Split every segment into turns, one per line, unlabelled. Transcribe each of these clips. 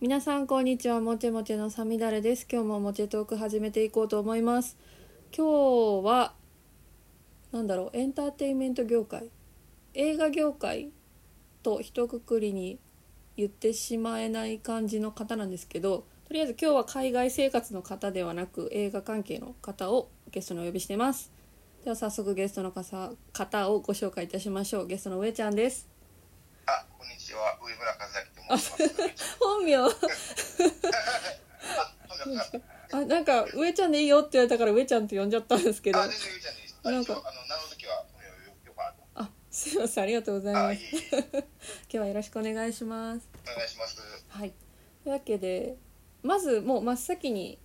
皆さんこんにちはもちもちのさみだれです今日ももちトーク始めていこうと思います今日はなんだろうエンターテインメント業界映画業界と一括りに言ってしまえない感じの方なんですけどとりあえず今日は海外生活の方ではなく映画関係の方をゲストにお呼びしてますでは早速ゲストの方方をご紹介いたしましょうゲストの上ちゃんです
あ、こんにちは、上村和明と申します。
本名
あ、こんにちは
あなんか「上ちゃんでいいよ」って言われたから「上ちゃん」って呼んじゃったんですけど
あ、全然ゆうちゃんです。あ、
な
なんん
か
か、あの、名の時は、これをよ、よかっ
あすいませんありがとうござい
た。
ま
あ、い
す
えいえ、
今日はよろしくお願いします
お願いします。
はいというわけでまずもう真っ先に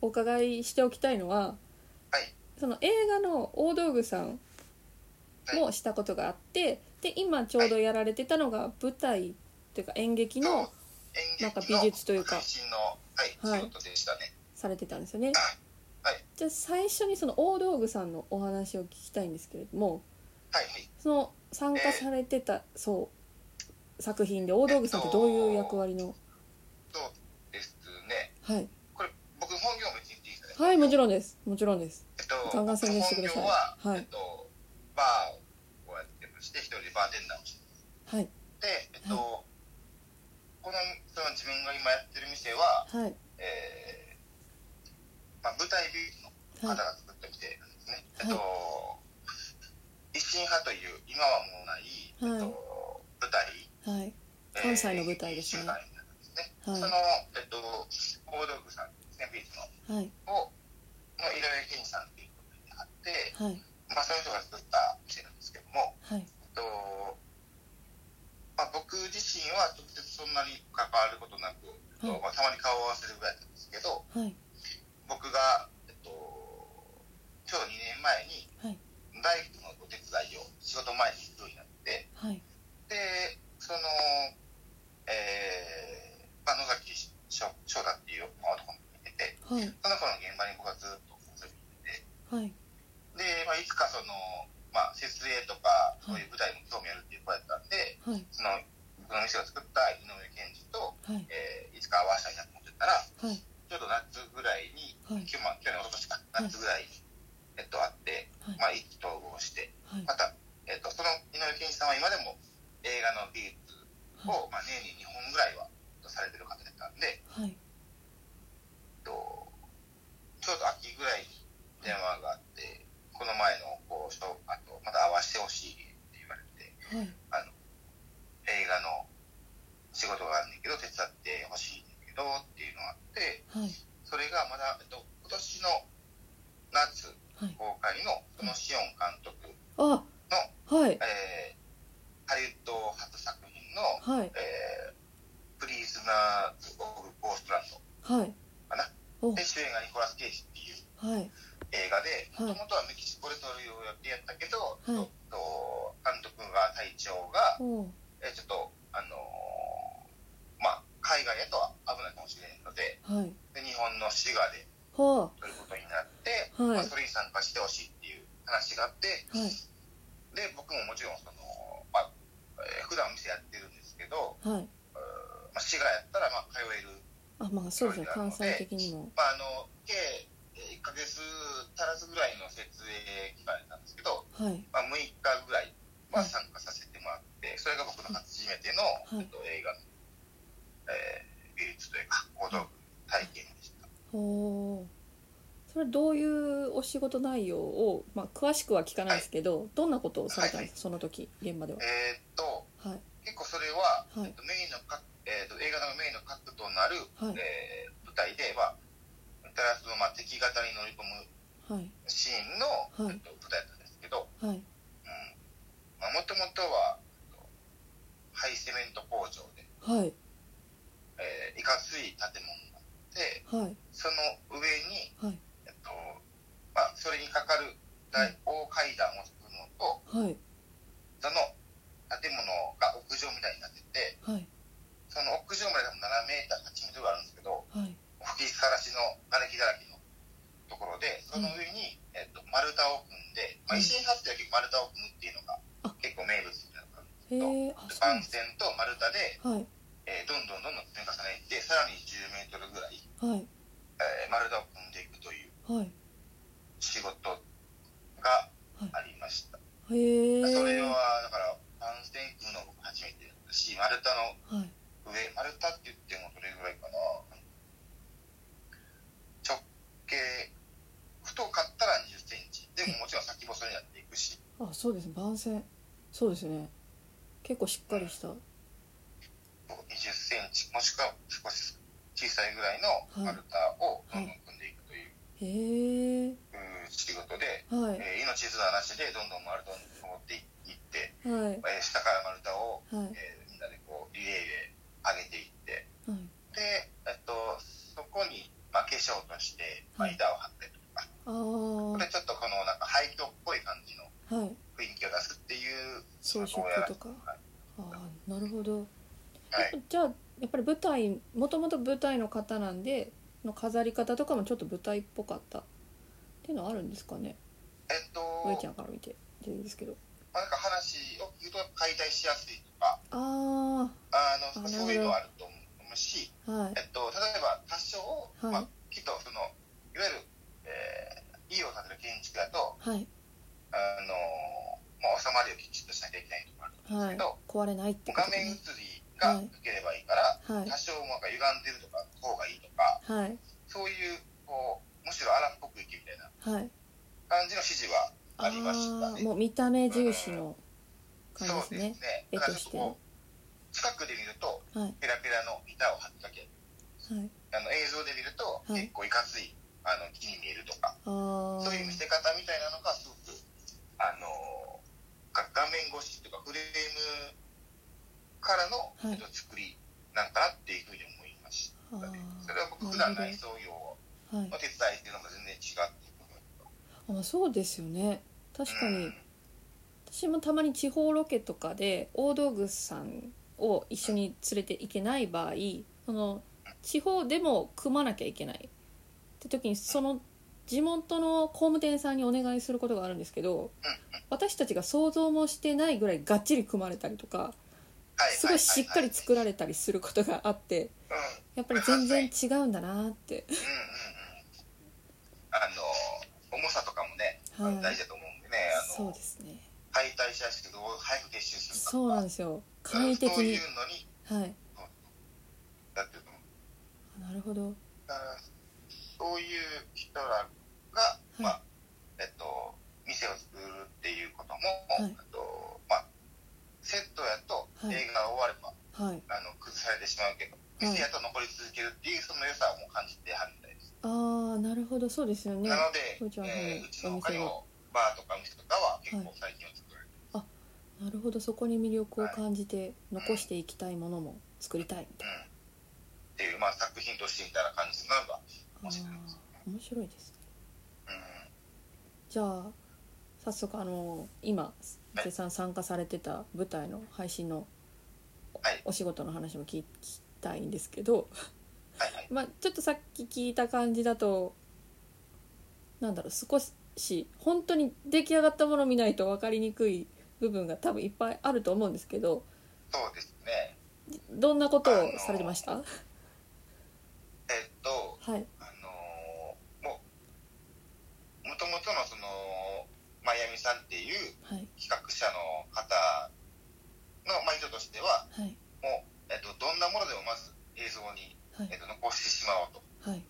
お伺いしておきたいのは
はい、
その映画の大道具さんもしたことがあってで今ちょうどやられてたのが舞台というか演劇の
演劇
な
の
んか美術というか
配信の、はい、
はい
仕事でしたね。
されてたんですよね
はい、
じゃあ最初にその大道具さんのお話を聞きたいんですけれども
はい、はい。
その参加されてたそう作品で大道具さんってどういう役割の
そうですね。
はい
これ、僕、本業別に言っていいですかね。
はいもちろんですもちろんです
えっと、
ガンガン宣伝してください
僕の本業
は
は、
い
えっと、バーをやってまして、一人でバーテンダーをして
はい
て、えっと、この、その自分が今やってる店は、
はい
えーまあ、舞台美術の
は
方
い
が作ったみたいなんですね。
はい
えっと、一心派という、今はもうない、
はい
えっと、舞台、
はい
えー
関西の舞台ですね
一種類なんですね
はい
その、えっと、大道具さんですね、美術の、
はい
を、の井上健二さんっていうことにあって、
はい
まあ、その人が作った店なんですけども、
はい
えっと、まあ、僕自身は直接そんなに関わることなく、えっと
はい
まあ、たまに顔を合わせるぐらいなんですけど、
はい
僕が、えっと、ちょうど2年
は
前に
い
大工のお手伝いを仕事前にするようになって、
はい
で、その、えーまあ、野崎翔翔太っていう男の子がいて、
はい
その子の現場に僕はずっと遊びに行って
はい
て、で、まあ、いつかその、まあ、設営とか、
い
そういう舞台に興味あるっていう子やったんで、
はい
その、僕の店を作った井上健二と、
はい
えーいつか合わせたいなと思ってたら、
はい
ちょうど夏ぐらいに、
はい
去年、去年、おととしか、夏ぐらいに、えっと、あって、
はい
まあ、意気投合して、
はい
また、えっと、その井上健一さんは今でも映画の美術を、まあ、年に2本ぐらいはされてる方だったんで、
は
えっ
い
と、ちょうど秋ぐらいに電話があって、この前のこう、人あと、また会わせてほしいって言われて、
はい
あの、映画の仕事があるんだけど、手伝ってほしいんだけどっていうのがあって、
はい
それがまだ、えっと、今年の夏、
はい
公開のそのシオン監督
あ
の、
はい
えーハリウッド初作品の、
はい
えープリズナーズ・オブ・ゴーストランド
はい
かな
お
で主演がニコラス・ケイジっていう
はい
映画
は
で
い
もともとはメキシコで撮る予定やったけど、
い
ちょっと監督が体調が、
お
えーちょっとあのーまあ海外だとは危ないかもしれないので
はい
で日本の滋賀で
は
撮ることになって、
はい
まあ、それに参加してほしいっていう話があって、
あはい
で僕ももちろんその、まあえー普段お店やってるんですけど、
はい
えーまあ、市外やったらまあ通える、
あまあそうですね関西的にも
まあ、あの計1ヶ月足らずぐらいの設営期間だったんですけど、
はい
まあ、6日ぐらいは
はい
参加させてもらって、それが僕の初めての、
い
えっと映画の、えー美術というか報道体験でした。
おーそれどういうお仕事内容を、まあ、詳しくは聞かないですけど、どんなことをされたんですか、その時現場では
えーっと
はい
結構それは、
はい
えっとメインのか、えーっと映画のメインの核となる、
はい
えー舞台では、たらその、まあ、敵方に乗り込む
はい
シーンの、
はい
えっと舞台なんですけど、
はい
うんまあ、もともとは、えっとハイセメント工場で、
はい
えーいかつい建物
はい
があって、その上
は
に、
い
えっとまあ、それにかかる大大階段を作るのと、
はい
その建物が屋上みたいになってて、
はい
その屋上まで多分7メーター、8メートルあるんですけど、
はい
吹きさらしのがれきだらけのところで、その上に、えっと、丸太を組んで、ま
う
あ、
ん
石に立っては結構丸太を組むっていうのが
あ
結構名物になるから、
へえあそうなんで
番
す
線と丸太
は
で、
い
えーどんどんどんどん積み重ねてって、さらに10メートルぐらい、
はい
えー、丸太を組んでいくという
はい
仕事が
はい
ありました。
へえ
それは、だから、パンステン組むの僕初めてだったし、丸太の
はい
上、丸太って言ってもどれぐらいかな。直径、太かったら20センチ。でももちろん先細になっていくし、
あそうですね番宣そうですね結構しっかりした
20センチ、もしくは少し小さいぐらいの丸太をどんどん組んでいくと
へえ
いううー仕事で、
はい
えー命綱なしでどんどん丸太を登っていって、
はい
えー下から丸太を、
はい
えーみんなでこうリレーで上げていって、
はい
で、えっと、そこに、まあ、化粧として、まあ、
はい
板を張ったりとか、
あ
こ
ー
れちょっとこのなんか廃墟っぽい感じの
はい
雰囲気を出すっていう
装飾
や
とか
はい
ああなるほど
はい、
じゃあやっぱり舞台もともと舞台の方なんでの飾り方とかもちょっと舞台っぽかったっていうのはあるんですかね
えっと、
上ちゃんから見てでいいですけど
まあ、なんか話を聞くと解体しやすいとか、
あ
あ
あな
の
るほど
そういうのはあると思うし、
あはい
えっと、例えば多少、
はい
まあ、きっとそのいわゆる、えー家を建てる建築だと、
はい
あのまあ、収まりをきちっとしなきゃいけないとかあるんです
はい壊れ
けど、
ないってこと
画面映
ね
りが良ければいいから、
はい
多少なんか歪んでるとか方がいいとか
はい
そういうこうむしろ荒っぽくいきみたいな
はい
感じの指示は
あ
ありまし
あ
たね。
もう見た目重視の感じです
そうで
ね
すね
絵
だか
とし
らちょっと
ては
こう近くで見ると
いはい
ペラペラの板を張っただけあの映像で見ると、
はい
結構いかついあの木に見えるとか、
ああ
そういう見せ方みたいなのがすごく、あのが画面越しというかフレームからの、
はい
えっと作りなんかなっていうふうに思いまし
あ
た
ー
ね。それは僕普段
なる
内装業の
ほどはい
手伝いっていうのが全然違ってくる
あまあそうですよね確か
う
に
ん
私もたまに地方ロケとかで大道具さんを一緒に連れて行けない場合その地方でも組まなきゃいけないって時にその地元の工務店さんにお願いすることがあるんですけど私たちが想像もしてないぐらいがっちり組まれたりとか
はい
すごいしっかり作ら
れ
れたりすることがあって
うんうん
やっぱり全然違うんだなって
うんうんあの重さとかもね、あの
はい
大事だと思うんでね、あ
そう
の
ですね
解体しやすくどう早く結集するかとか
そうなんですよ簡易的
そうい
に
うのに
はい
だってると思う
なるほど
だからそういう人らが、
い
まあえっと、店を作るっていうことも、
はい
あとまあ、セットやと
はい
映画が終われば、
はい
あの崩されてしまうけど
はい
店やと残り続けるっていうその良さをもう感じてはるみたいです、
ああなるほどそうですよね
なので、
そうじゃん
えー
はい
ちの
お
他
店
に
が
もバーとかお店とかは結構最近は作られて
なるほどそこに魅力を感じて残していきたいものも作りたいみたい
る、うんっていう、まあ、作品としてみたいな感じなのが
なあ
面白
ー面白い
いです、
ですね
うん
じゃあ早速あの今絶賛参加されてた舞台の配信の
はい
お仕事の話も聞きたいんですけど、
はいはい
まあ、ちょっとさっき聞いた感じだとなんだろう少し本当に出来上がったものを見ないと分かりにくい部分が多分いっぱいあると思うんですけど
そうですね
どんなことをされてました、
えっと
はい
あのーもう、もともとのその、マイアミさんっていう
はい
企画者の方の、まあ、意図としては、
はい
もう、えっと、どんなものでもまず映像に、
はい
えっと、残してしまおうと。
はい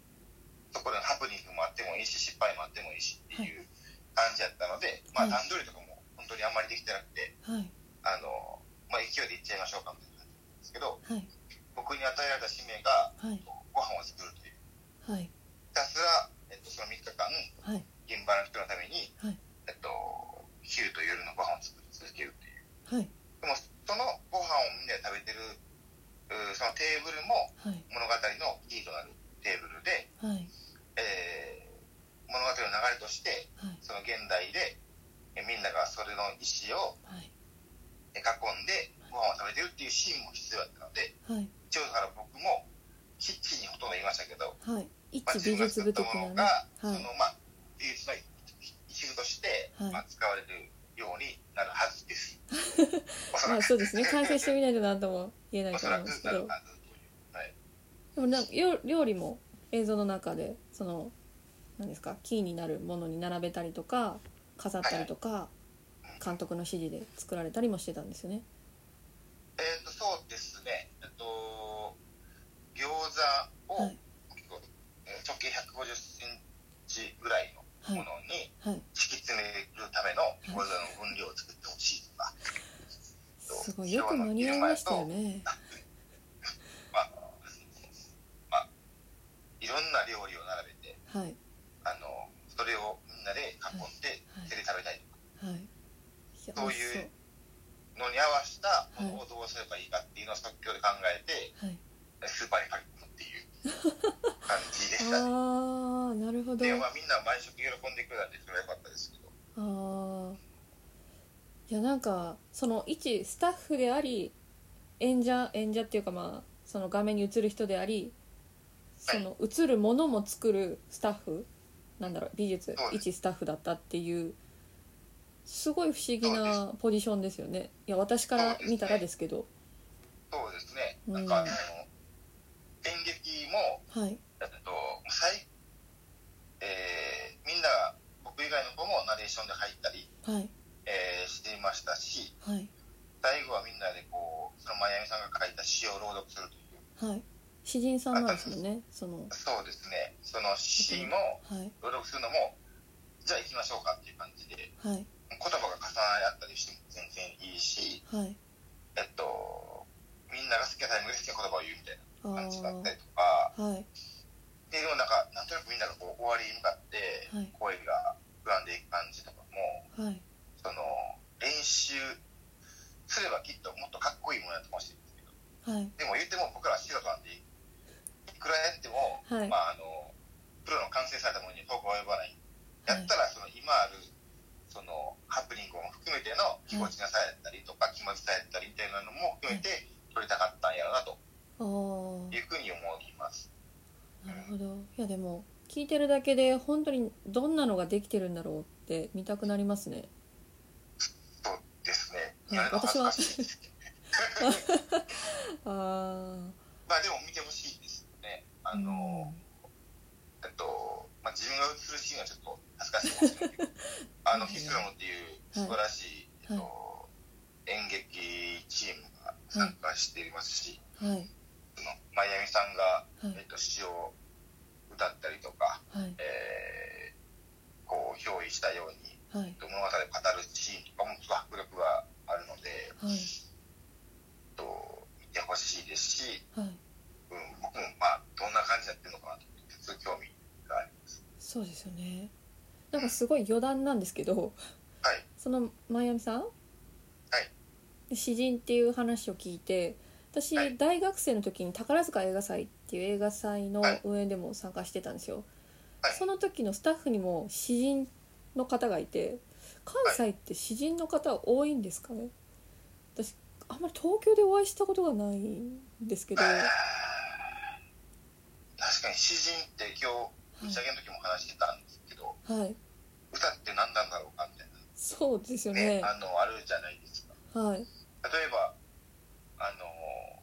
そこでのハプニングもあってもいいし、失敗もあってもいいしっていう感じだったので、まあ、
はい
段取りとかも本当にあんまりできてなくて、
はい
あのーまあ、勢いでいっちゃいましょうかみたいな感じなんですけ
は
ど、
い
僕に与えられた使命が、
はい
ご飯を作るという。
はい
ひたすら、えっと、その3日間、
はい
現場の人のために、
はい
えっと、昼と夜のご飯を作り続けるっていう。
はい
でも、そのご飯をみんなで食べてる、うーそのテーブルも
はい
物語のキーとなるテーブルで、
はい
えー物語の流れとして、
はい
その現代で、えみんながそれの意思を
はい
え囲んでご飯を食べてるっていうシーンも必要だったので、
はい
一応だから僕もキッチンにほとんどいましたけど、
はい一
まあ、自
美
分が
術
作っ
部
た
的
もの
なね
が、
は
そ
い
のまあ、美術の一部として、
はい
まあ、使われるようになるはずです。 おそ
ま
ら
あ
く
そうですね完成してみないと何とも言えない
お
と
そ
思いま
らく
すけ
なる
ど
はずという。はい、
でもなんかよ料理も映像の中でその何ですかキーになるものに並べたりとか飾ったりとか監督の指示で作られたりもしてたんですよね。
えっ、と、そうですね。えっと、餃子を、
はい
えー直径150センチぐらいの
はい
ものに
はい、
敷き詰めるための餃子の分量を作ってほしいとか、
すごいよく間に合いましたよね。
まあ、まあ、いろんな料理を並べて、
はい
あの、それをみんなで囲んで
はい、
手で食べたい
はい。いや
そ
美
ういう
味しそう
のに合わせたものをどうすればいいかっていうのを即興で考えて、
はい。
スーパーに借り込むっていう感じでしたね。
ああなるほど。
でまあみんな毎食喜んでくれたんでそれは良かったですけど
ああいやなんかその一スタッフであり演者演者っていうかまあその画面に映る人でありその映るものも作るスタッフなんだろう美術
そうです
一スタッフだったっていうすごい不思議
そう
なポジションですよねいや私から見たらですけど
そうですね
うん
なんかあの演劇も
はい
えっと最えーみんなが僕以外の子もナレーションで入ったり、
はい
えーしていましたし
はい
最後はみんなでこうそのマヤミさんが書いた詩を朗読するという
はい詩人さんなんですよねその
そうですねその詩も
はい
朗読するのもじゃあ行きましょうかっていう感じで
はい
言葉が重なり合ったりしても全然いいし
はい
えっとみんなが好きなタイミングで好きな言葉を言うみたいな
あ
感じだった
ー
りとか、
はい
で、でもなんか、なんとなくみんながこう終わりに向かって
はい、
声が膨らんでいく感じとかも、
はい
その、練習すればきっともっとかっこいいものやと思うし、
はい
でも言っても僕らは素人なんで、いくらやっても、
はい
まあ、あの、プロの完成されたものに遠く及ばない。
は
や
い
ったら、その今ある、その、ハプニングも含めての気持ちなさやったりとか、気持ちさやったりみたいなのも含めて、撮りたかったんやろうなと
あー
いうふうに思います。
なるほどいやでも聞いてるだけで本当にどんなのができてるんだろうって見たくなりますね
そうですね。
うん
やるの恥ずかしいですけど
あ
まあでも見てほしいですよね。
あ
あの、えっと、まあ自分が映るシーンはちょっと恥ずかしいかもしれないけど、 あの、フィスラムっていう素晴らしい、
はい
えっと、演劇チームが参加していますし、
はい
そのマイアミさんが、
はい
えっと、詩を歌ったりとか、
はい
えーこう、憑依したように、
はい
物語を語るシーンとかもすごい迫力があるので、
はい
えっと、見てほしいですし、
はい
うん、僕もまあどんな感じやってるのかなと思って普通興味があります
そうですよねなんかすごい余談なんですけど
はい
そのマイアミさんはい詩人っていう話を聞いて私、
はい
大学生の時に宝塚映画祭っていう映画祭の
はい
運営でも参加してたんですよ、
はい
その時のスタッフにも詩人の方がいて関西って詩人の方多いんですかね私あんまり東京でお会いしたことがないんですけど、はい
あー確かに詩人って今日打ち上げの時も話してたんですけど、
はい、
歌って何なんだろうかみたいな
そうですよ
ね
ね
あのあるじゃないですか
はい
例えばあの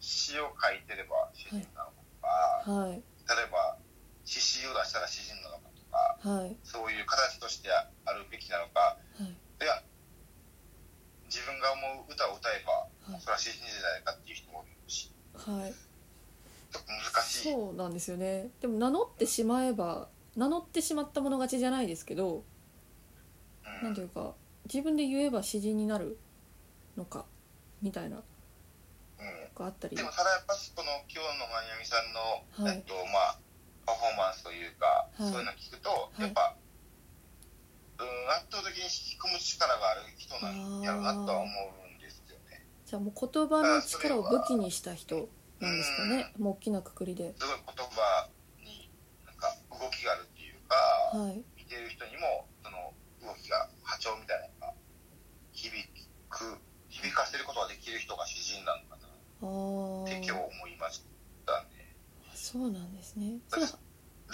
詩を書いてれば詩人なのか、
はい
例えば詩詩を出したら詩人なのかとか
はいはい
そういう形としてあるべきなのかいや自分が思う歌を歌えば
はい
それは詩人じゃないかっていう人もいるし
はい
ちょっと難しい。
そうなんですよねでも名乗ってしまえば名乗ってしまった者勝ちじゃないですけど
うん
何ていうか自分で言えば詩人になるのかみたいなの
う
があったり
ん、でもただやっぱしこの今日のまゆみさんの、
はい
えっとまあ、パフォーマンスというか、
い
そういうの聞くと、
い
やっぱ、うん、圧倒的に引き込む力がある人なんやろうなとは思うんですよね。
じゃあもう言葉の力を武器にした人なんですかねもう大きなくくりです
ごい言葉になんか動きがあるっていうか、
はい
見てる人にもその動きが波長みたいなのが響く響かせることができる人が詩人なのかなっ
ああ
て今日思いましたね。
そうなんですねその
だか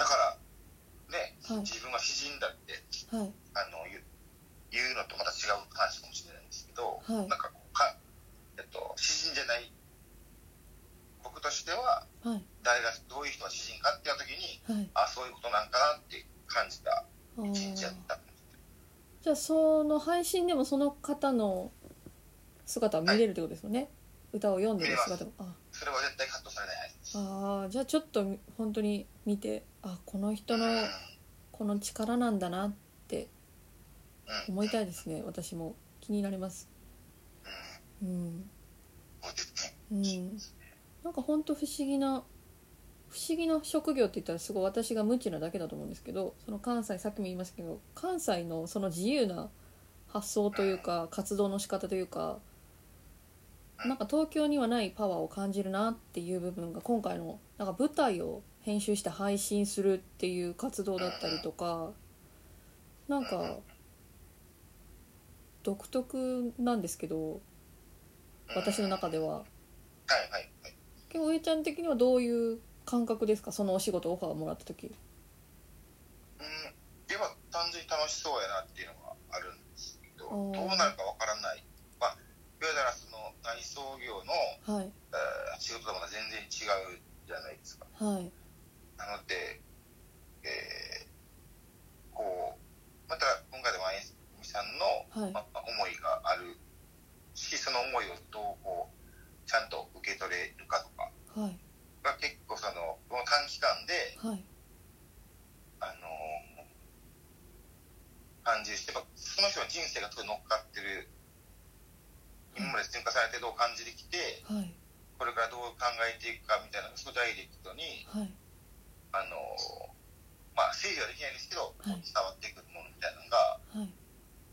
ら、ね、
はい
自分が詩人だって
はい
あの言う言うのとまた違う話かもしれないんですけど、
はい
なんかこうか、えっと、詩人じゃない僕としては
はい
誰がの知人かっていう時に、
はい
あ、そういうことなんかなって感じた
あ
一
ー
日やった。
じゃあその配信でもその方の姿を見れるってことですよね、歌を読んでる姿もあ
それは絶対カットされないはずです。
あーじゃあちょっと本当に見てあこの人の
うん
この力なんだなって
うん、
思いたいですね私も気になります
うん、
うん
そうですね。
うんなんか本当不思議な不思議な職業って言ったらすごい私が無知なだけだと思うんですけどその関西さっきも言いましたけど関西のその自由な発想というか活動の仕方というかなんか東京にはないパワーを感じるなっていう部分が今回のなんか舞台を編集して配信するっていう活動だったりとかなんか独特なんですけど私の中では。
はいはいはい。
結構上ちゃん的にはどういう感覚ですかそのお仕事オファーをもらった時
うん、では単純に楽しそうやなっていうのがあるんですけど、
おー
どうなるかわからない。まあ、いわゆるその内装業の、
はい
えー仕事とまた全然違うじゃないですか。
はい
なので、えーこう、また今回でもあやみさんの、
はい
まあ、思いがあるし、その思いをどうこう、ちゃんと受け取れるかとか
はい
が結構その、この短期間で、
はい
あのー感じるし、やっぱその人の人生がすごい乗っかってる、今まで積み重ねてどう感じてきて、
はい
これからどう考えていくかみたいな、すごいダイレクトに、
はい
あのまあ整理はできないですけど、
はい
伝わってくるものみたいなのが、
はい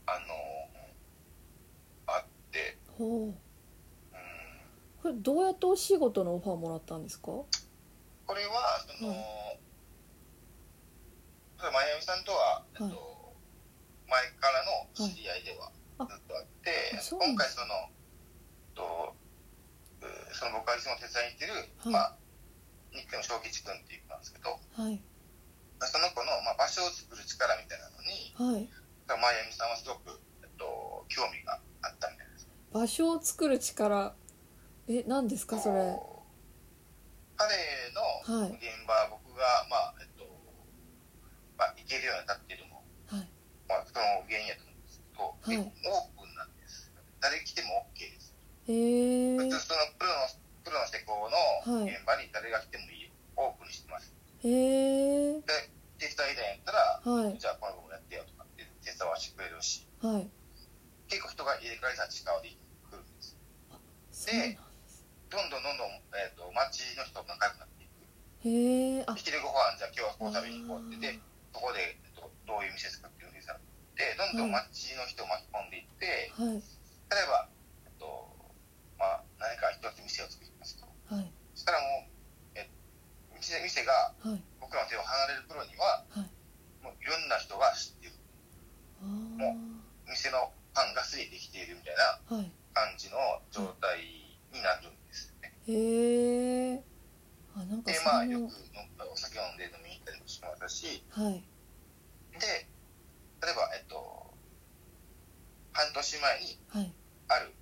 あのあって、
ほう
うん、
これどうやってお仕事のオファーをもらったんですか
これはその、
は
ただマイアミさんとは、えっと前からの知り合いでは
はい
ずっとあって、
あそうなん
今
だ
回その、えっとうーその僕がいつも手伝いに行ってる、
はい
まあニックの正吉君っていう子なんですけど、
はい
その子の、まあ、場所を作る力みたいなのに。
はい
マイアミさんはすごく、えっと、興味があったみたいです。
場所を作る力え何ですかそれは
彼
はい
の現場、僕が、まあ、えっと、まあ、行けるようになってるのも、
い
まあ、その原因やと思うんですけど、
い
結構オープンなんです。誰来ても OK です。
へえ
普通、そのプロの、プロの施工
はい
の現場に誰が来てもいいよ。オープンにしてます。
へえ
で、手伝いだんやったら、
はい
じゃあこの子もやってよとかって手伝わしてくれるし、
はい
結構人が入れ替えた力で来るんです。
そうなんです
どんどんどんどん、えっと町の人と仲良くなっていく
へえあ
昼ご飯じゃあ今日はこう食べに行こう
あ
ってでそこで、えっと、どういう店作ってるんですかでどんどん町の人を巻き込んでいって、
ーはい
例えば、えっとまあ、何か一つ店を作りますと
はい
そしたらもうえ店店が
はい
僕らの手を離れる頃には
はい
もういろんな人が知っている
あ
店のパンがすでにできているみたい
あは
な
い
感じの状態になるんですよね、
へえあなんか
で
そ
まあ
れ
よ
も
く飲んだお酒飲んで飲みに行ったりもしますし
はい
で、例えば、えっと、半年前に
はい
ある、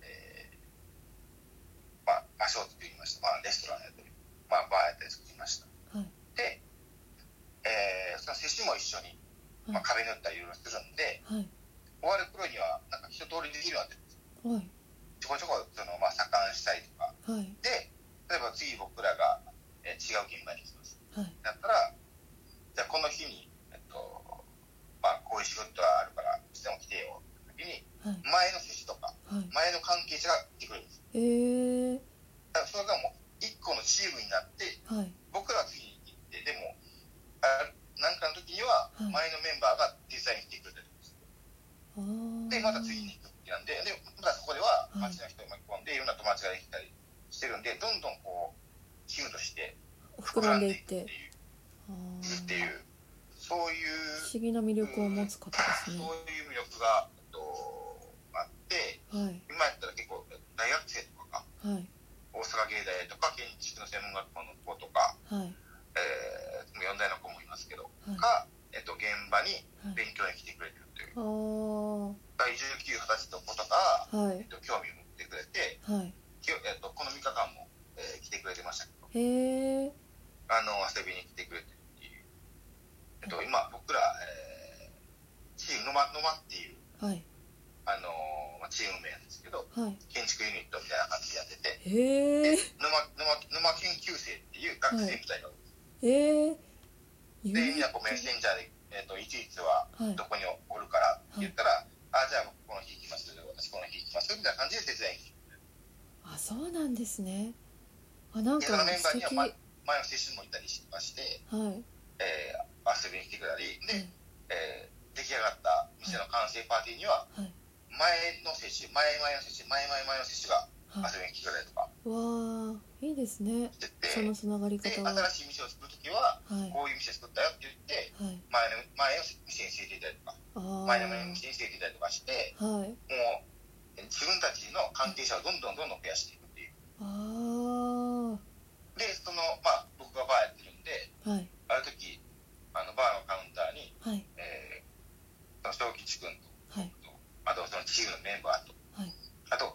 えーまあ、場所を作りました。まあ、レストランやったり、まあ、バーやったり作りました。
はい
で、えーその接種も一緒に、まあ、壁塗ったりいろいろするんで、
はい
終わる頃には、なんか一通りできるようになってるんですよ、
はい
ちょこちょこ、その、まあ、左官したりとか。
はい
で、例えば次僕らが、えー違う現場に行きます。
はい
だったら、じゃあこの日に、えっと、まあ、こういう仕事があるから、いつでも来てよ、時に、
はい
前の接種とか、
はい
前の関係者が来てくれるんです。
えー、
だからそれがもう、一個のチームになって、
はい
僕らは次に行って、でも、あなんかの時には、
はい
前のメンバーがデザインしてくれてるんです。
あー
で、また次に行く時なんで、で、またそこでは、
はい
町の人を巻き込んで、いろんな友達ができたりしてるんで、どんどんこう、チームとして
膨らんでいっ
膨
て
らんでいく
あー
っていう、っていうそういう
不思議な魅力を持つ方ですね
そういう魅力が、えっと、あって、
はい
今やったら結構大学生とかが、
はい
大阪芸大とか建築の専門学校の子とか、
はい
えー、4代の子もいますけど、
はい
が、えっと、現場に
はい
勉強に来てくれてるという、
あー
第19、20歳の子とか、
はい
えっと、興味を持ってくれて、
はい
きょえっと、この3日間も、えー来てくれてましたけど、
へえ
あの遊びに来てくれてるっていう、えっと、今僕ら、えーチームのまのまっていう、
はい
あのまあチーム名なんですけど
はい
建築ユニットみたいな感じでやってて
へえ
沼沼沼研究生っていう学生みたいな、
えー、ユ
でみ
ニッ
んなこうメッセンジャーで、えっといちいちは
トはい
どこにおるからって言ったら、あじゃあ僕この日行きます私この日行きますみたいな感じで手伝いに
あそうなんですねあなんか
いやメンバ
素
ーには
敵
ま
はい
前の接種もいたりしまして、えー遊びに来てくれたりで、えー出来上がった店の完成パーティーには
はい
前の接種前々の接種前々前の接種が
は
遊びに来てくれたりとか
いわあいいですね
して
そ
て
のつながり
で
方ははい
新しい店を作る時は
は
こういう店作ったよって言っ
い
て前の前の店に教えていたりとか
あ
前の店に教えていたりとかして
あはい
もう自分たちの関係者をどんどんどんどん増やしていくっていう
ああ
でそのまあ僕がバーやってるんで
はい
ある時あのバーのカウンターに、
はい
えー、その正吉君と
はい
あとそのチームのメンバーと、
はい
あと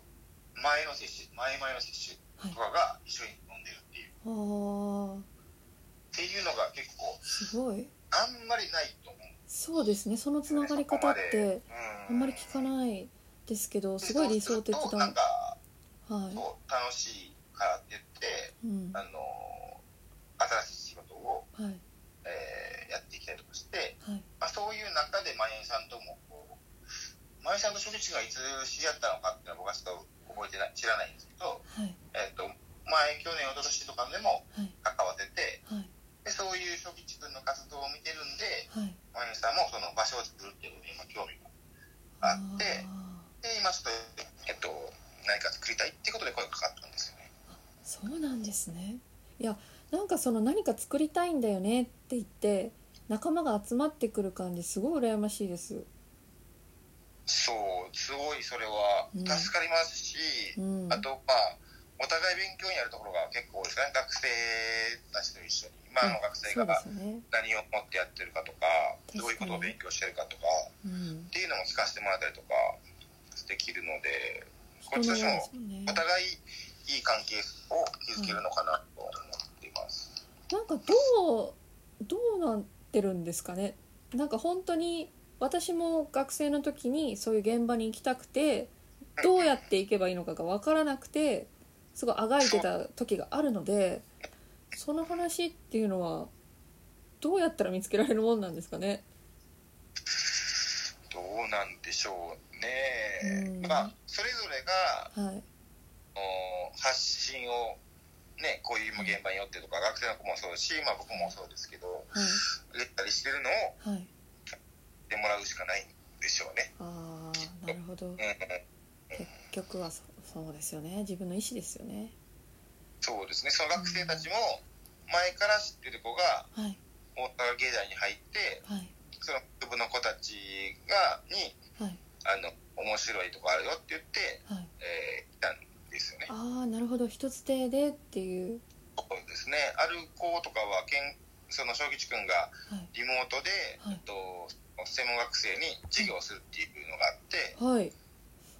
前の接種前々の接種
はい
とかが一緒に飲んでるっていう、
あー
っていうのが結構
すごい
あんまりないと思う
そうですねそのつながり方ってあんまり聞か
い
ないですけどすごい理想的
なん
だ
か
は
こう楽しいからって言って
いうん
あの新しい仕事を、
はい
えーやっていきたりとかして、
はい
まあ、そういう中でマユンさんともこうマユンさんと初日がいつ知り合ったのかっていうのは僕はちょっと覚えてない知らないんですけど、
はい
えっと前去年おととしとかでも
はい
関わってて
はい
でそういう初吉君の活動を見てるんで
はい
マユンさんもその場所を作るっていうのに今興味が
あ
あって
ー
で今ちょっと、えっと、何か作りたいってことで声がかかったんですよね
そうなんですねいやなんかその何か作りたいんだよねって言って仲間が集まってくる感じすごい羨ましいです
そうすごいそれは
うん
助かりますし、
うん
あとまあお互い勉強になるところが結構多いですかね学生たちと一緒に今の学生
そうで
が
すよね
何を持ってやってるかとか
確かに
どういうことを勉強してるかとか
うん
っていうのも聞かせてもらったりとかできるのでこ
人
っち
のよう
としても
ですもんね
お互いいい関係を築けるのかなと思っています。
なんかどうどうなってるんですかねなんか本当に私も学生の時にそういう現場に行きたくてどうやって行けばいいのかが分からなくてすごいあがいてた時があるのでその話っていうのはどうやったら見つけられるもんなんですかね
どうなんでしょう
うん
ね。まあそれぞれが
はい
あの発信をねこういう現場によってとか学生の子もそうだし、まあ、僕もそうですけど
はい
やったりしてるのを
はい
やってもらうしかないんでしょうね。
ああなるほど
うんうん、
結局はそそうですよね自分の意思ですよね
そうですねその学生たちも前から知ってる子が
はい
大阪芸大に入って
はい
その部の子たちがに
はい
あの面白いとこあるよって言って、
はい
えー来たんですよね。
ああなるほど一つ手でっていう
そうですねある子とかはけんその正吉君が
はい
リモートで、
はい
えっと、専門学生に授業をするっていうのがあって、
はい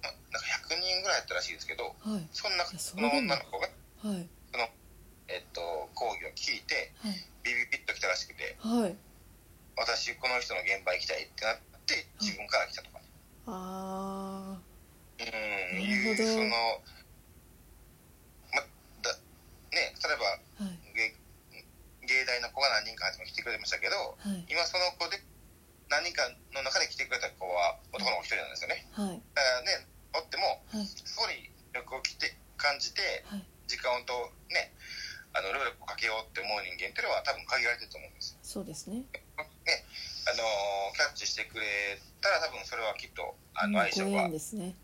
まなんか100人ぐらいやったらしいですけど
はい
そんな
やそ
そう
な
の
んだ
女の子が、
はい
えっと、講義を聞いてビビビッと来たらしくて
はいはい
私この人の現場行きたいってなって自分から来たとか、
あ
うん
なるほ
いう
ど
そのまだね例えば
あは
芸芸大の子が何人か初め来てくれましたけど
いはい
今その子で何人かの中で来てくれた子は男の子一人なんですよね。
はい
だからねおっても
はい
そこに力をきて感じて
はい
時間とねあの労力をかけようって思う人間っていうのは多分限られてると思うんです
そう
よ
ですね
ねあのーキャッチしてくれたら多分それはきっとあ
うん
の相性
ご
は
縁ですね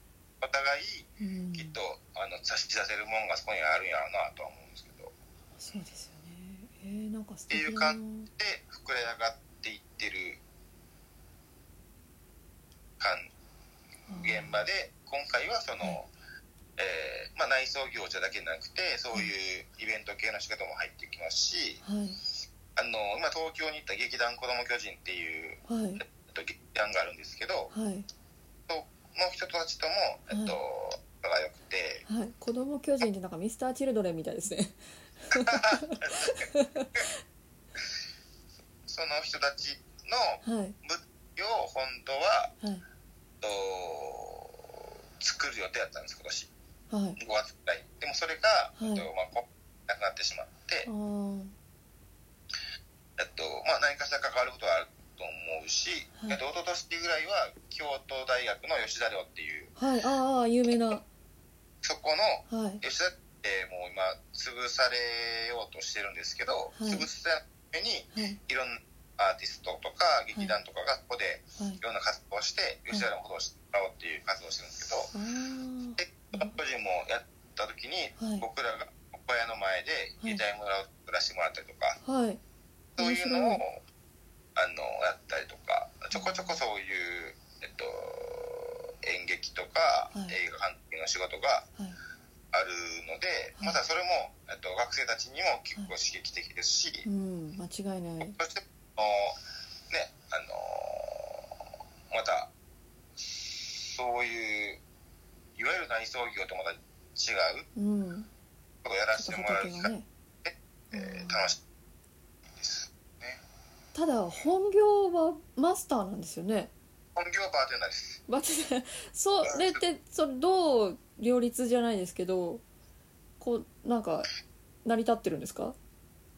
お互い
うん
きっとあの差し出せるもんがそこにあるんやろうなとは思うんですけど
そうですよねえー、なんか素
って
敵
いう
だな
で膨れ上がっていってる感
あー
現場で今回はその、えーまあ、内装業者だけじゃなくてそういうイベント系の仕方も入ってきますし、
はい
あの今東京に行った劇団子ども巨人っていう
はい
えっと劇団があるんですけど
はい
その人たちとも、えっと、仲良くて
はい子供巨人ってなんかミスターチルドレンみたいですね
人たちの
はい
物資を本当は
はい
と作る予定だったんです今年
はい
5月ぐらいでもそれが、
い
えっとまあ、こなくなってしまって
あ、ー
えっとまあ、何かしら関わることはあると思うし、
はい
えっと一昨年ぐらいは京都大学の吉田寮っていう
はいあーあー有名なは
そこの
い
吉田ってもう今潰されようとしてるんですけど、
い
潰すために
はい
いろんなアーティストとか
い
劇団とかがここで
はい
いろんな活動をして吉田のことを知ってもらおうっていう活動をしてるんで
あー
すけど、でその個人もやった時に
はい
僕らがお小屋の前で遺体村を作らせてもらったりとか、
はい
そういう
面白
のをあのやったりとかちょこちょこそういう、えっと、演劇とか
はい
映画関係の仕事が
はい
あるので、
はい
またそれも、えっと、学生たちにも結構刺激的ですし、
うん間違いない
そしてあのねあのまたそういういわゆる内装業とまた違う
うん
ことをやらせ
ち
て
ょっ
も
と
らう
畑
機
が
会、
ね
えー楽しいです
ただ本業はマスターなんですよね
本業はバーテンダーです
バツそれってそれどう両立じゃないですけどこうなんか成り立ってるんですか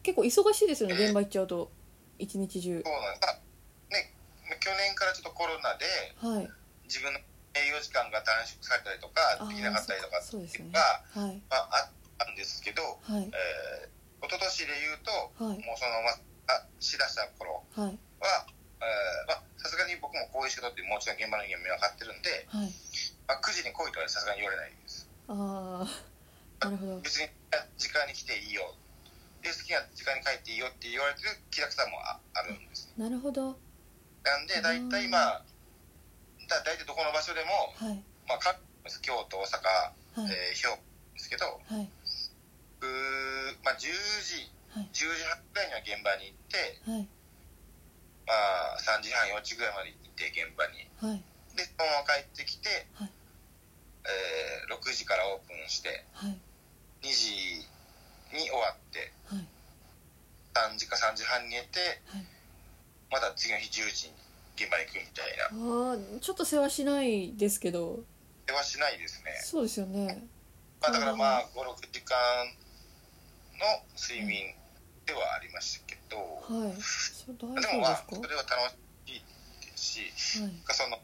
結構忙しいですよね現場行っちゃうと一日中
そうなんですあね去年からちょっとコロナで
はい
自分の営業時間が短縮されたりとか
あー
できなかったりとかって
そっかそうです
い
よ
うの
ね
が、
はい
まあ、あったんですけど、
はい
えー、一昨年で言うと
はい
もうそのまあしだした頃
はい
はえーまあさすがに僕もこういう仕事ってもちろん現場の人間も分かってるんで、
はい
まあ、9時に来いとはさすがに言われないです
ああなるほど
別にあ時間に来ていいよで好きな時間に帰っていいよって言われてる気楽さもああるんですね
なるほど
なんで大体まあだ大体どこの場所でも、
はい
まあ、各地京都大
は
阪、
い
えー兵庫ですけど
はいう
ーまあ、10時
はい
10時半ぐらいには現場に行って、
はい
まあ、3時半4時ぐらいまで行って現場に
はい
でそのまま帰ってきて、
はい
えー6時からオープンして
はい
2時に終わって
はい
3時か3時半に寝て
はい
また次の日10時に現場に行くみたいな
あーちょっと世話しないですけど
ではしないですね、
そうですよね
まあ、だからまあ56時間の睡眠ではありましたけど
はいそれ大
で
丈夫
も
で
まあ
すか
それは楽しいですし
はい
その、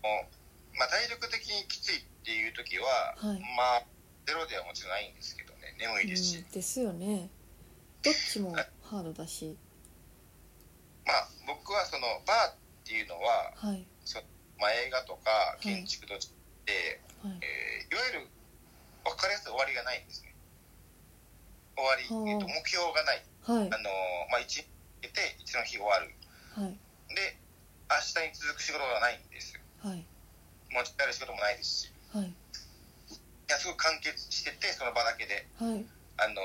まあ、体力的にきついっていう時は、
はい
まあゼロではもちろんないんですけどね眠いですし、
うん、ですよねどっちもハードだし
まあ僕はそのバーっていうのは、
はい
まあ、映画とか
い
建築と違って、
はい
えーいわゆる分かりやすい終わりがないんですね終わり、
ほう
えっと目標がない
はい
あの、まあ、1日出て1の日終わる
はい
で明日に続く仕事がないんですよ
はい
持ち帰る仕事もないですしい
はい
やすごく完結しててその場だけで
はい
あの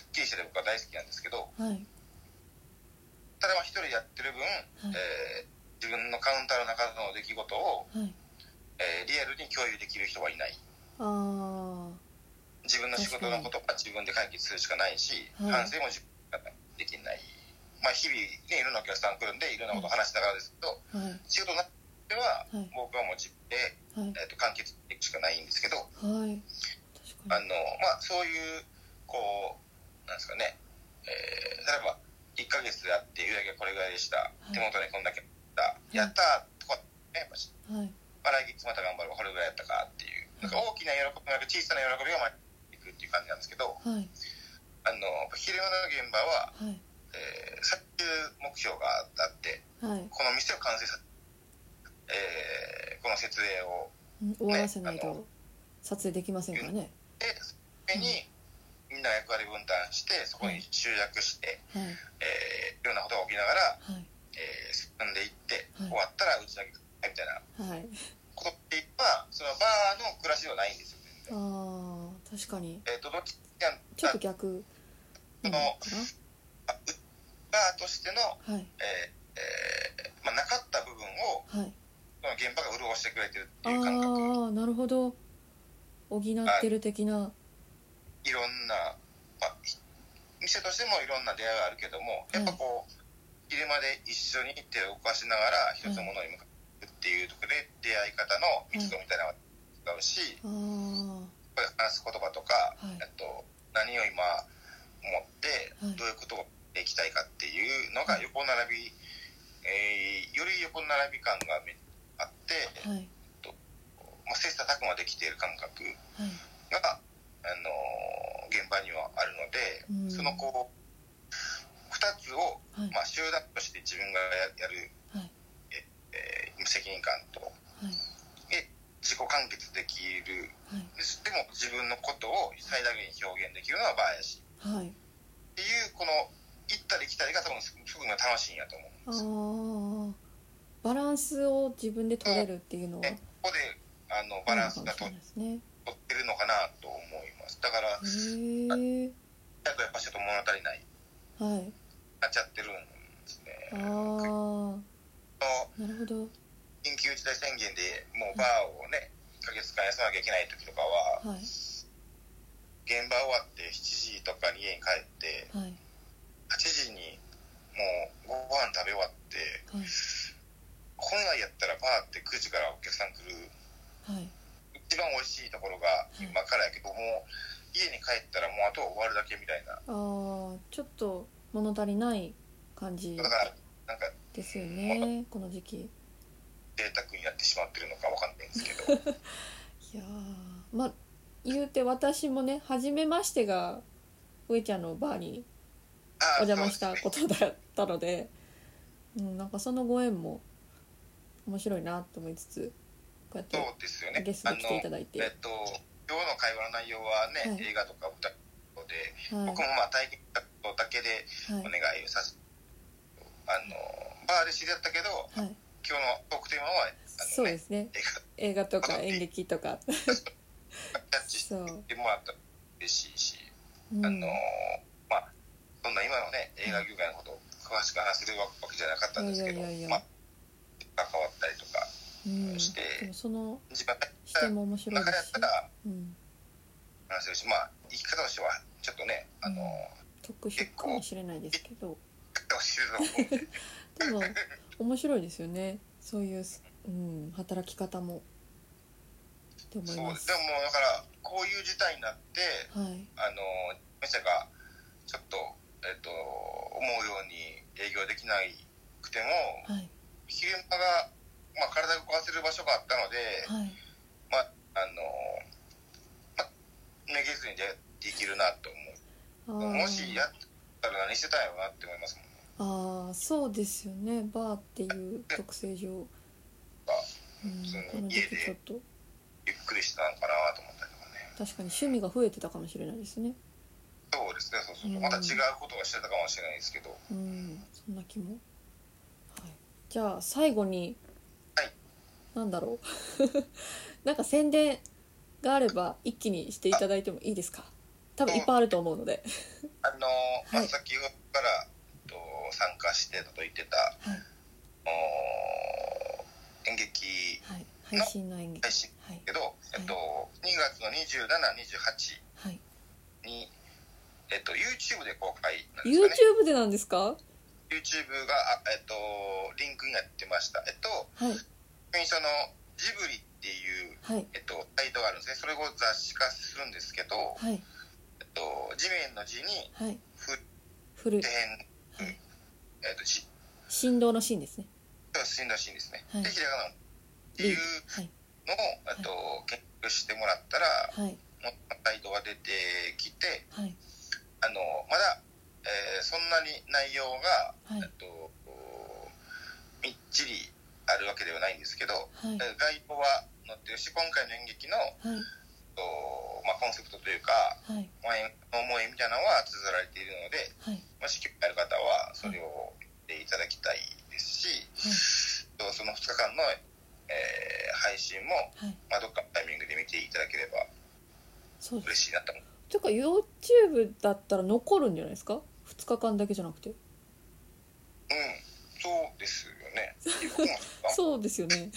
すっきりしてて僕は大好きなんですけ
は
ど
い
ただまあ一人でやってる分、
はい
えー自分のカウンターの中の出来事を、
はい
えーリアルに共有できる人はいない
ああ
自分の仕事のことは自分で解決するしかないし、
はい
反省も自分ができない、まあ、日々、ね、いろんなお客さん来るんでいろんなことを話しながらですけど、
はい
仕事になって
は
は
い
僕はもう自分で、
はい
えー、と完結できるしかないんですけどあ
はい確か
の、まあ、そういうこうなんですかね、えー例えば1ヶ月であって売り上げこれぐらいでした、
い
手元にこんだけあった、
い
やったーとか、ねやっぱし
にはい
まあ、来月また頑張ればこれぐらいやったかっていうなんか大きな喜びもなく小さな喜びがまっていくっていう感じなんですけ
は
ど
い
あの昼間の現場は、
はい
えー、最終目標があって
はい
この店を完成させ、えーこの設営を
うん終わらせないと撮影できませんからね
でそれにみんな役割分担してそこに集約して、
はい
えーいろんなことが起きながら、
はい
えー進んでいって
はい
終わったらうちだけみたいな
はい
ことっていっぱいそのバーの暮らしではないんですよ全然。
ああ確かに
えー、とどっちか
ちょっと逆なのか
あバーとしての、
なはい
えーえーまあ、なかった部分を
はい
その現場が潤してくれてるって
あ
いう感覚
あなるほど補ってる的ない
ろんな、まあ、い店としてもいろんな出会いがあるけどもやっぱこう、昼まで一緒に手を動かしながら一つのものに向かっていくっていうところで出会い方の密度みたいなのが違うし、
あー
これ話す言葉とか、
はい
えっと何を今思っ
はい
てどういうことをできたいかっていうのが横並び、えーより横並び感がめあって、
はいはい
まあ、切磋琢磨できている感覚が、あのー現場にはあるの
うん
で、そのこう2つを、
はい
まあ、集団として自分がややる、
はい
えー責任感と
はい
自己完結できる
はい
ででも自分のことを最大限に表現できるのはバーやし
はい
っていうこの行ったり来たりが多分すごく今楽しいんやと
あ
思うんで
ー
すよ
バランスを自分で取れるっていうのは
でここであのバランスが
あ
取
るのかもしれない
取ってるのかなと思いますだから
ですねへえ
だとやっぱちょっと物足りない
はい
なっちゃってるんですね
あー
この
なるほど
緊急事態宣言でもうバーをね1ヶ月間休まなきゃいけない時とかは
はい
現場終わって7時とかに家に帰って
はい
8時にもうご飯食べ終わって
はい
本来やったらバーって9時からお客さん来る
はい
一番美味しいところが今からやけどもう家に帰ったらもうあとは終わるだけみたいな
あーちょっと物足りない感じ
だからなんか
ですよねこの時期い
贅沢になってしまってるのかわかんないんですけどそう
やーまあ言うて私もね初めましてが上ちゃんのバーにお邪魔したことだったので、うん、なんかそのご縁も面白いなと思いつつこうやっ
そう
て
ですよね
ゲストで来ていた
あの
だいて、
えっと今日の会話の内容は
は
ね、
い
映画とか歌とかで、
はい
僕もまあ体験したことだけで
は
お願いをさせて、あのバーで知り合ったけど
い、はい、
今日の特典はあの、ね、
そうですね
映画
映画とか演劇とか
キャッチし
そう、
てもらったら嬉しいし、
うん、
あのまあそんな今のね映画業界のことを詳しく話せるわけじゃなかったんですけど
いやいやいやいや
まあ関わったりとか
うん、
して
でもその
自分が
視点も面白い
中
で
やっ、
すした
ら
うん、
話せるしまあ生き方としてはちょっとねあの
特殊かもしれないですけど
生き方を知るのも
でも面白いですよねそういう、うん、働き方もって 思い
そう
ま
です
す
でももうだからこういう事態になって
はい
あの自社がちょっとえっと思うように営業できなくても
はい
昼間が、まあ、体を動かせる場所があったので、
はい
まあ、あのまあ、めげずにでできるなと
あ
思う。もし
ー
やったら何してたんやろうなって思いますもんね。
あーそうですよねバーっていう特性上、うん、この時期ちょっと
ゆっくりしてたのかなと思ったりとかね。
確かに趣味が増えてたかもしれないですね
そうですね、そうそう
うん
そう。また違うことをしてたかもしれないですけど。
うんそんな気も、はい、じゃあ最後に、
はい
なんだろう なんか宣伝があれば一気にしていただいてもいいですか多分いっぱいあると思うので
あの、
はい
まあ、先ほどから、えっと、参加してたと言ってた、
はい
おー演劇
はい配信の演劇
配信
はい
けど、えっと、2月の27、28
はい
に、えっと、YouTube で公開なんですかね。
YouTube でなんですか
YouTube が、あえっと、リンクになってました。えっと、
はい
そのジブリっていう、
はい
えっと、サイトがあるんですね。それを雑誌化するんですけど、
はい
えっと、地面の字に、
はい
ふ
古い
て、へん、
はい、
えっと、し、
振動のシーンですね
死んだシーンですね。
はい
で、ひらがなっていう
はい
のを、えっと、検索してもらったら、
はい
もっとサイトが出てきて、
はい
あの、まだ、えーそんなに内容が、
はい
えっと、こうみっちりあるわけではないんですけど、
はい
えー概要は載ってるし今回の演劇の、
はい
とまあ、コンセプトというか、
はい
まあ、え思いみたいなのは綴られているので
はい
もし興味ある方はそれを見ていただきたいですし、とその2日間の、えー配信も、
はい
まあ、どっかのタイミングで見ていただければ
そうです
嬉しいなと思う
ていうか YouTube だったら残るんじゃないですか2日間だけじゃなくて
うんそうですよね僕もそう
そうですよね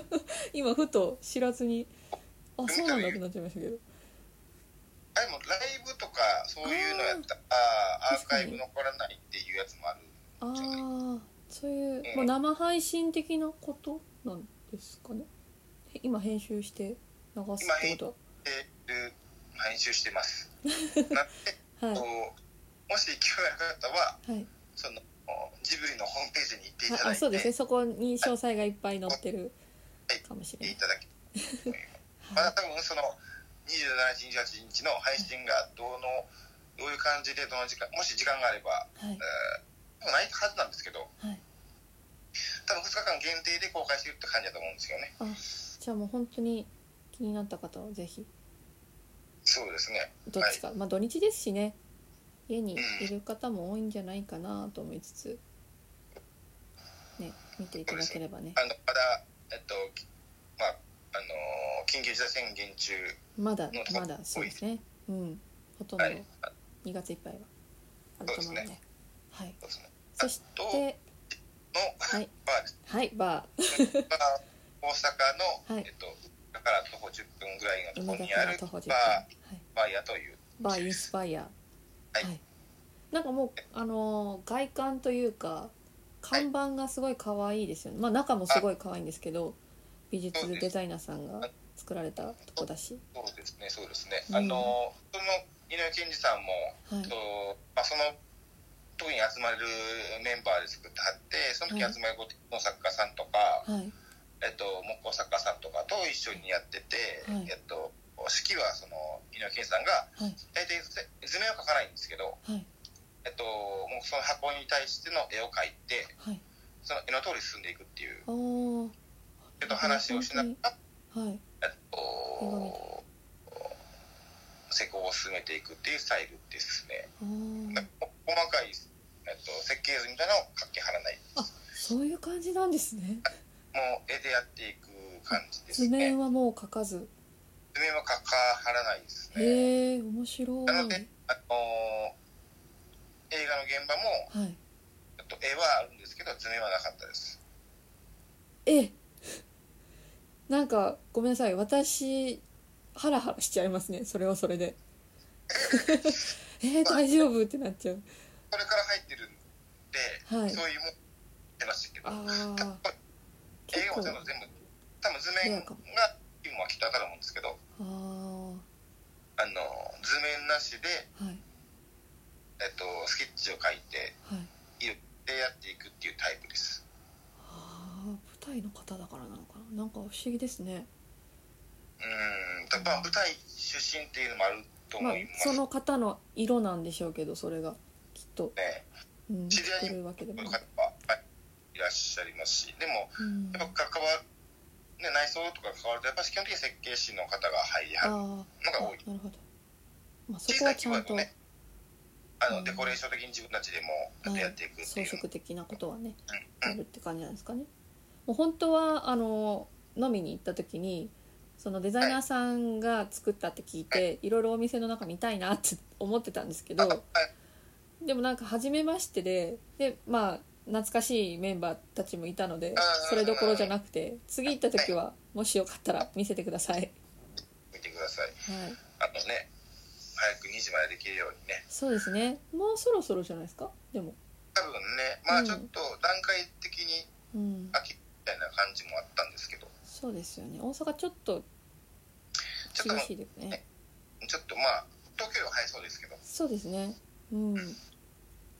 今ふと知らずにあそうなんだってなっちゃいましたけど
あでもライブとかそういうのやったらあーアーカイブ残らないっていうやつもある
あ
ん
あそういう
うん
もう生配信的なことなんですかねへ今編集して流すってこ
で編集し てます。なので、
とは、
こうもし興味ある方はい
はい、
そのジブリのホームページに行っていた
あ
だ
あ
いて、
そうですね
行
そこに詳細がいっぱい載ってる
はい
かもし
っ
れ
て
ない
いただけ、ま
は
だ多分その27日28日の配信がどのどういう感じでどの時間もし時間があれば、
いはい
えー、多分ないはずなんですけど、
はい
多分2日間限定で公開してるって感じだと思うんですよね。
あじゃあもう本当に気になった方はぜひ
そうですね。
どっちか、まあ土日ですしね家にいる方も多いんじゃないかなと思いつつね見ていただければね
あのまだえっとまああの緊急事態宣言中、
まだまだそうですねうんほとんど
はい、あ
2月いっぱいはあると思うので
そうです
はい
そうですね。
そし
どう
て
の
はい
まあ
はいバ
まあ大阪の、
はい
えっとだから徒歩10分ぐらいの
ー
とこ
梅
ろ
田
に
か
あ
ら
る
徒歩10分、
バ
は
ー
い、
バーヤという
バーインスパイア
はい
なんかもうあのー外観というか看板がすごい可愛いですよねまあ中もすごい可愛いんですけど美術デザイナーさんが作られたとこだし
そうですねそうですね、
うん
あのその井上健二さんも、
はい
えっとまあ、その時に集まれるメンバーで作ってはってその時に集まるごの作家さんとか、
はい
えっと、木工作家さんとかと一緒にやってて、
はい
えっと式はその井上健二さんが
はい
大体図図面を描かないんですけど、
はい
えっと、もうその箱に対しての絵を描いて
はい
その絵の通り進んでいくっていう、
おー
えっと、話をしながら
はい
えっと、施工を進めていくっていうスタイルですね。
おー
こ細かい、えっと、設計図みたいなのをかけはらない。
そういう感じなんですね
もう絵でやっていく感じです
図
ね
面。はもう描かず
図面はかかはらないですね。
へえ面白い
なので、あの映画の現場も、
はい
えっと、絵はあるんですけど、図面はなかったです。
えなんかごめんなさい私ハラハラしちゃいますねそれはそれでえー、大丈夫ってなっちゃう
これから入ってるんで、
はい
そういうもん出ましたけど、
あー結
絵を
構
全部、多分図
レ
面
ア
が
かも
今はきっと当たるもんですけど、
ああ
あの図面なしで、
はい
えっと、スケッチを描いて
はい
色でやっていくっていうタイプです
あー舞台の方だからなのかななんか不思議ですね
うん多分舞台出身っていうのもあると思
まあ
います
そ
ね、
の方の色なんでしょうけどそれがきっと、うん、知
知り合い
ってるわけでも
こういう
な
方
い、
は、はい、いらっしゃいますしでも
うん、
やっぱ関わる、ね、内装とか関わるとやっぱり基本的に設計士の方が入り
あー
はるの
あ
が多い
なるほど、まあ、そこ
小さ
はい
規
ち
模
ゃん
だ
と、
とねあ
うん
のデコレーション的に自分たちでもちょっとやっていくって
装
いう、
飾的なことはね
うん
やるって感じなんですかね。もう本当はあの飲みに行った時にそのデザイナーさんが作ったって聞いていろいろお店の中見たいなって 思ってたんですけ
あ
ど
はい
でもなんか初めましてででまあ懐かしいメンバーたちもいたので
あー
それどころじゃなくて次行った時はもしよかったら見せてください。はい、
見てくださいあのね早く2時までできるようにね
そうですねもうそろそろじゃないですかでも、
多分ねま
う
あ
ん
ちょっと段階的に
うん、
秋みたいな感じもあったんですけど
そうですよね大阪ちょっと
ちょっと
厳しいですね。
ちょっとまあ東京よりは早そうですけど
そうですねうん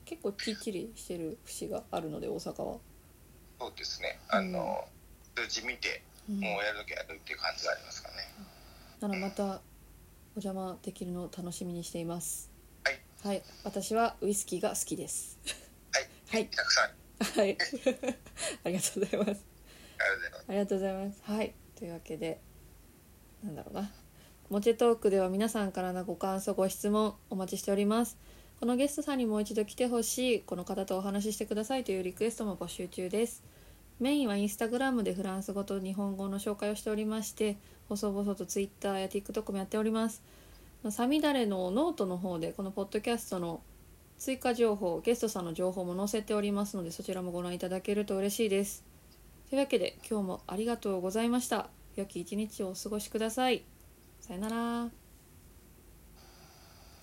結構きっちりしてる節があるので大阪は、
そうですねあの、数字見て
うん、
もうやるだけやるっていう感じがありますからね
ならまたお邪魔できるのを楽しみにしています
はい、
はい、私はウイスキーが好きです
はい、
はい
たくさんあ
はい ありがとうございます
るで
ありがとうございますはいというわけでなんだろうなモテトークでは皆さんからのご感想ご質問お待ちしておりますこのゲストさんにもう一度来てほしいこの方とお話ししてくださいというリクエストも募集中ですメインはインスタグラムでフランス語と日本語の紹介をしておりまして細々とツイッターや TikTok もやっておりますサミダレのノートの方でこのポッドキャストの追加情報ゲストさんの情報も載せておりますのでそちらもご覧いただけると嬉しいですというわけで今日もありがとうございました良き一日をお過ごしくださいさよなら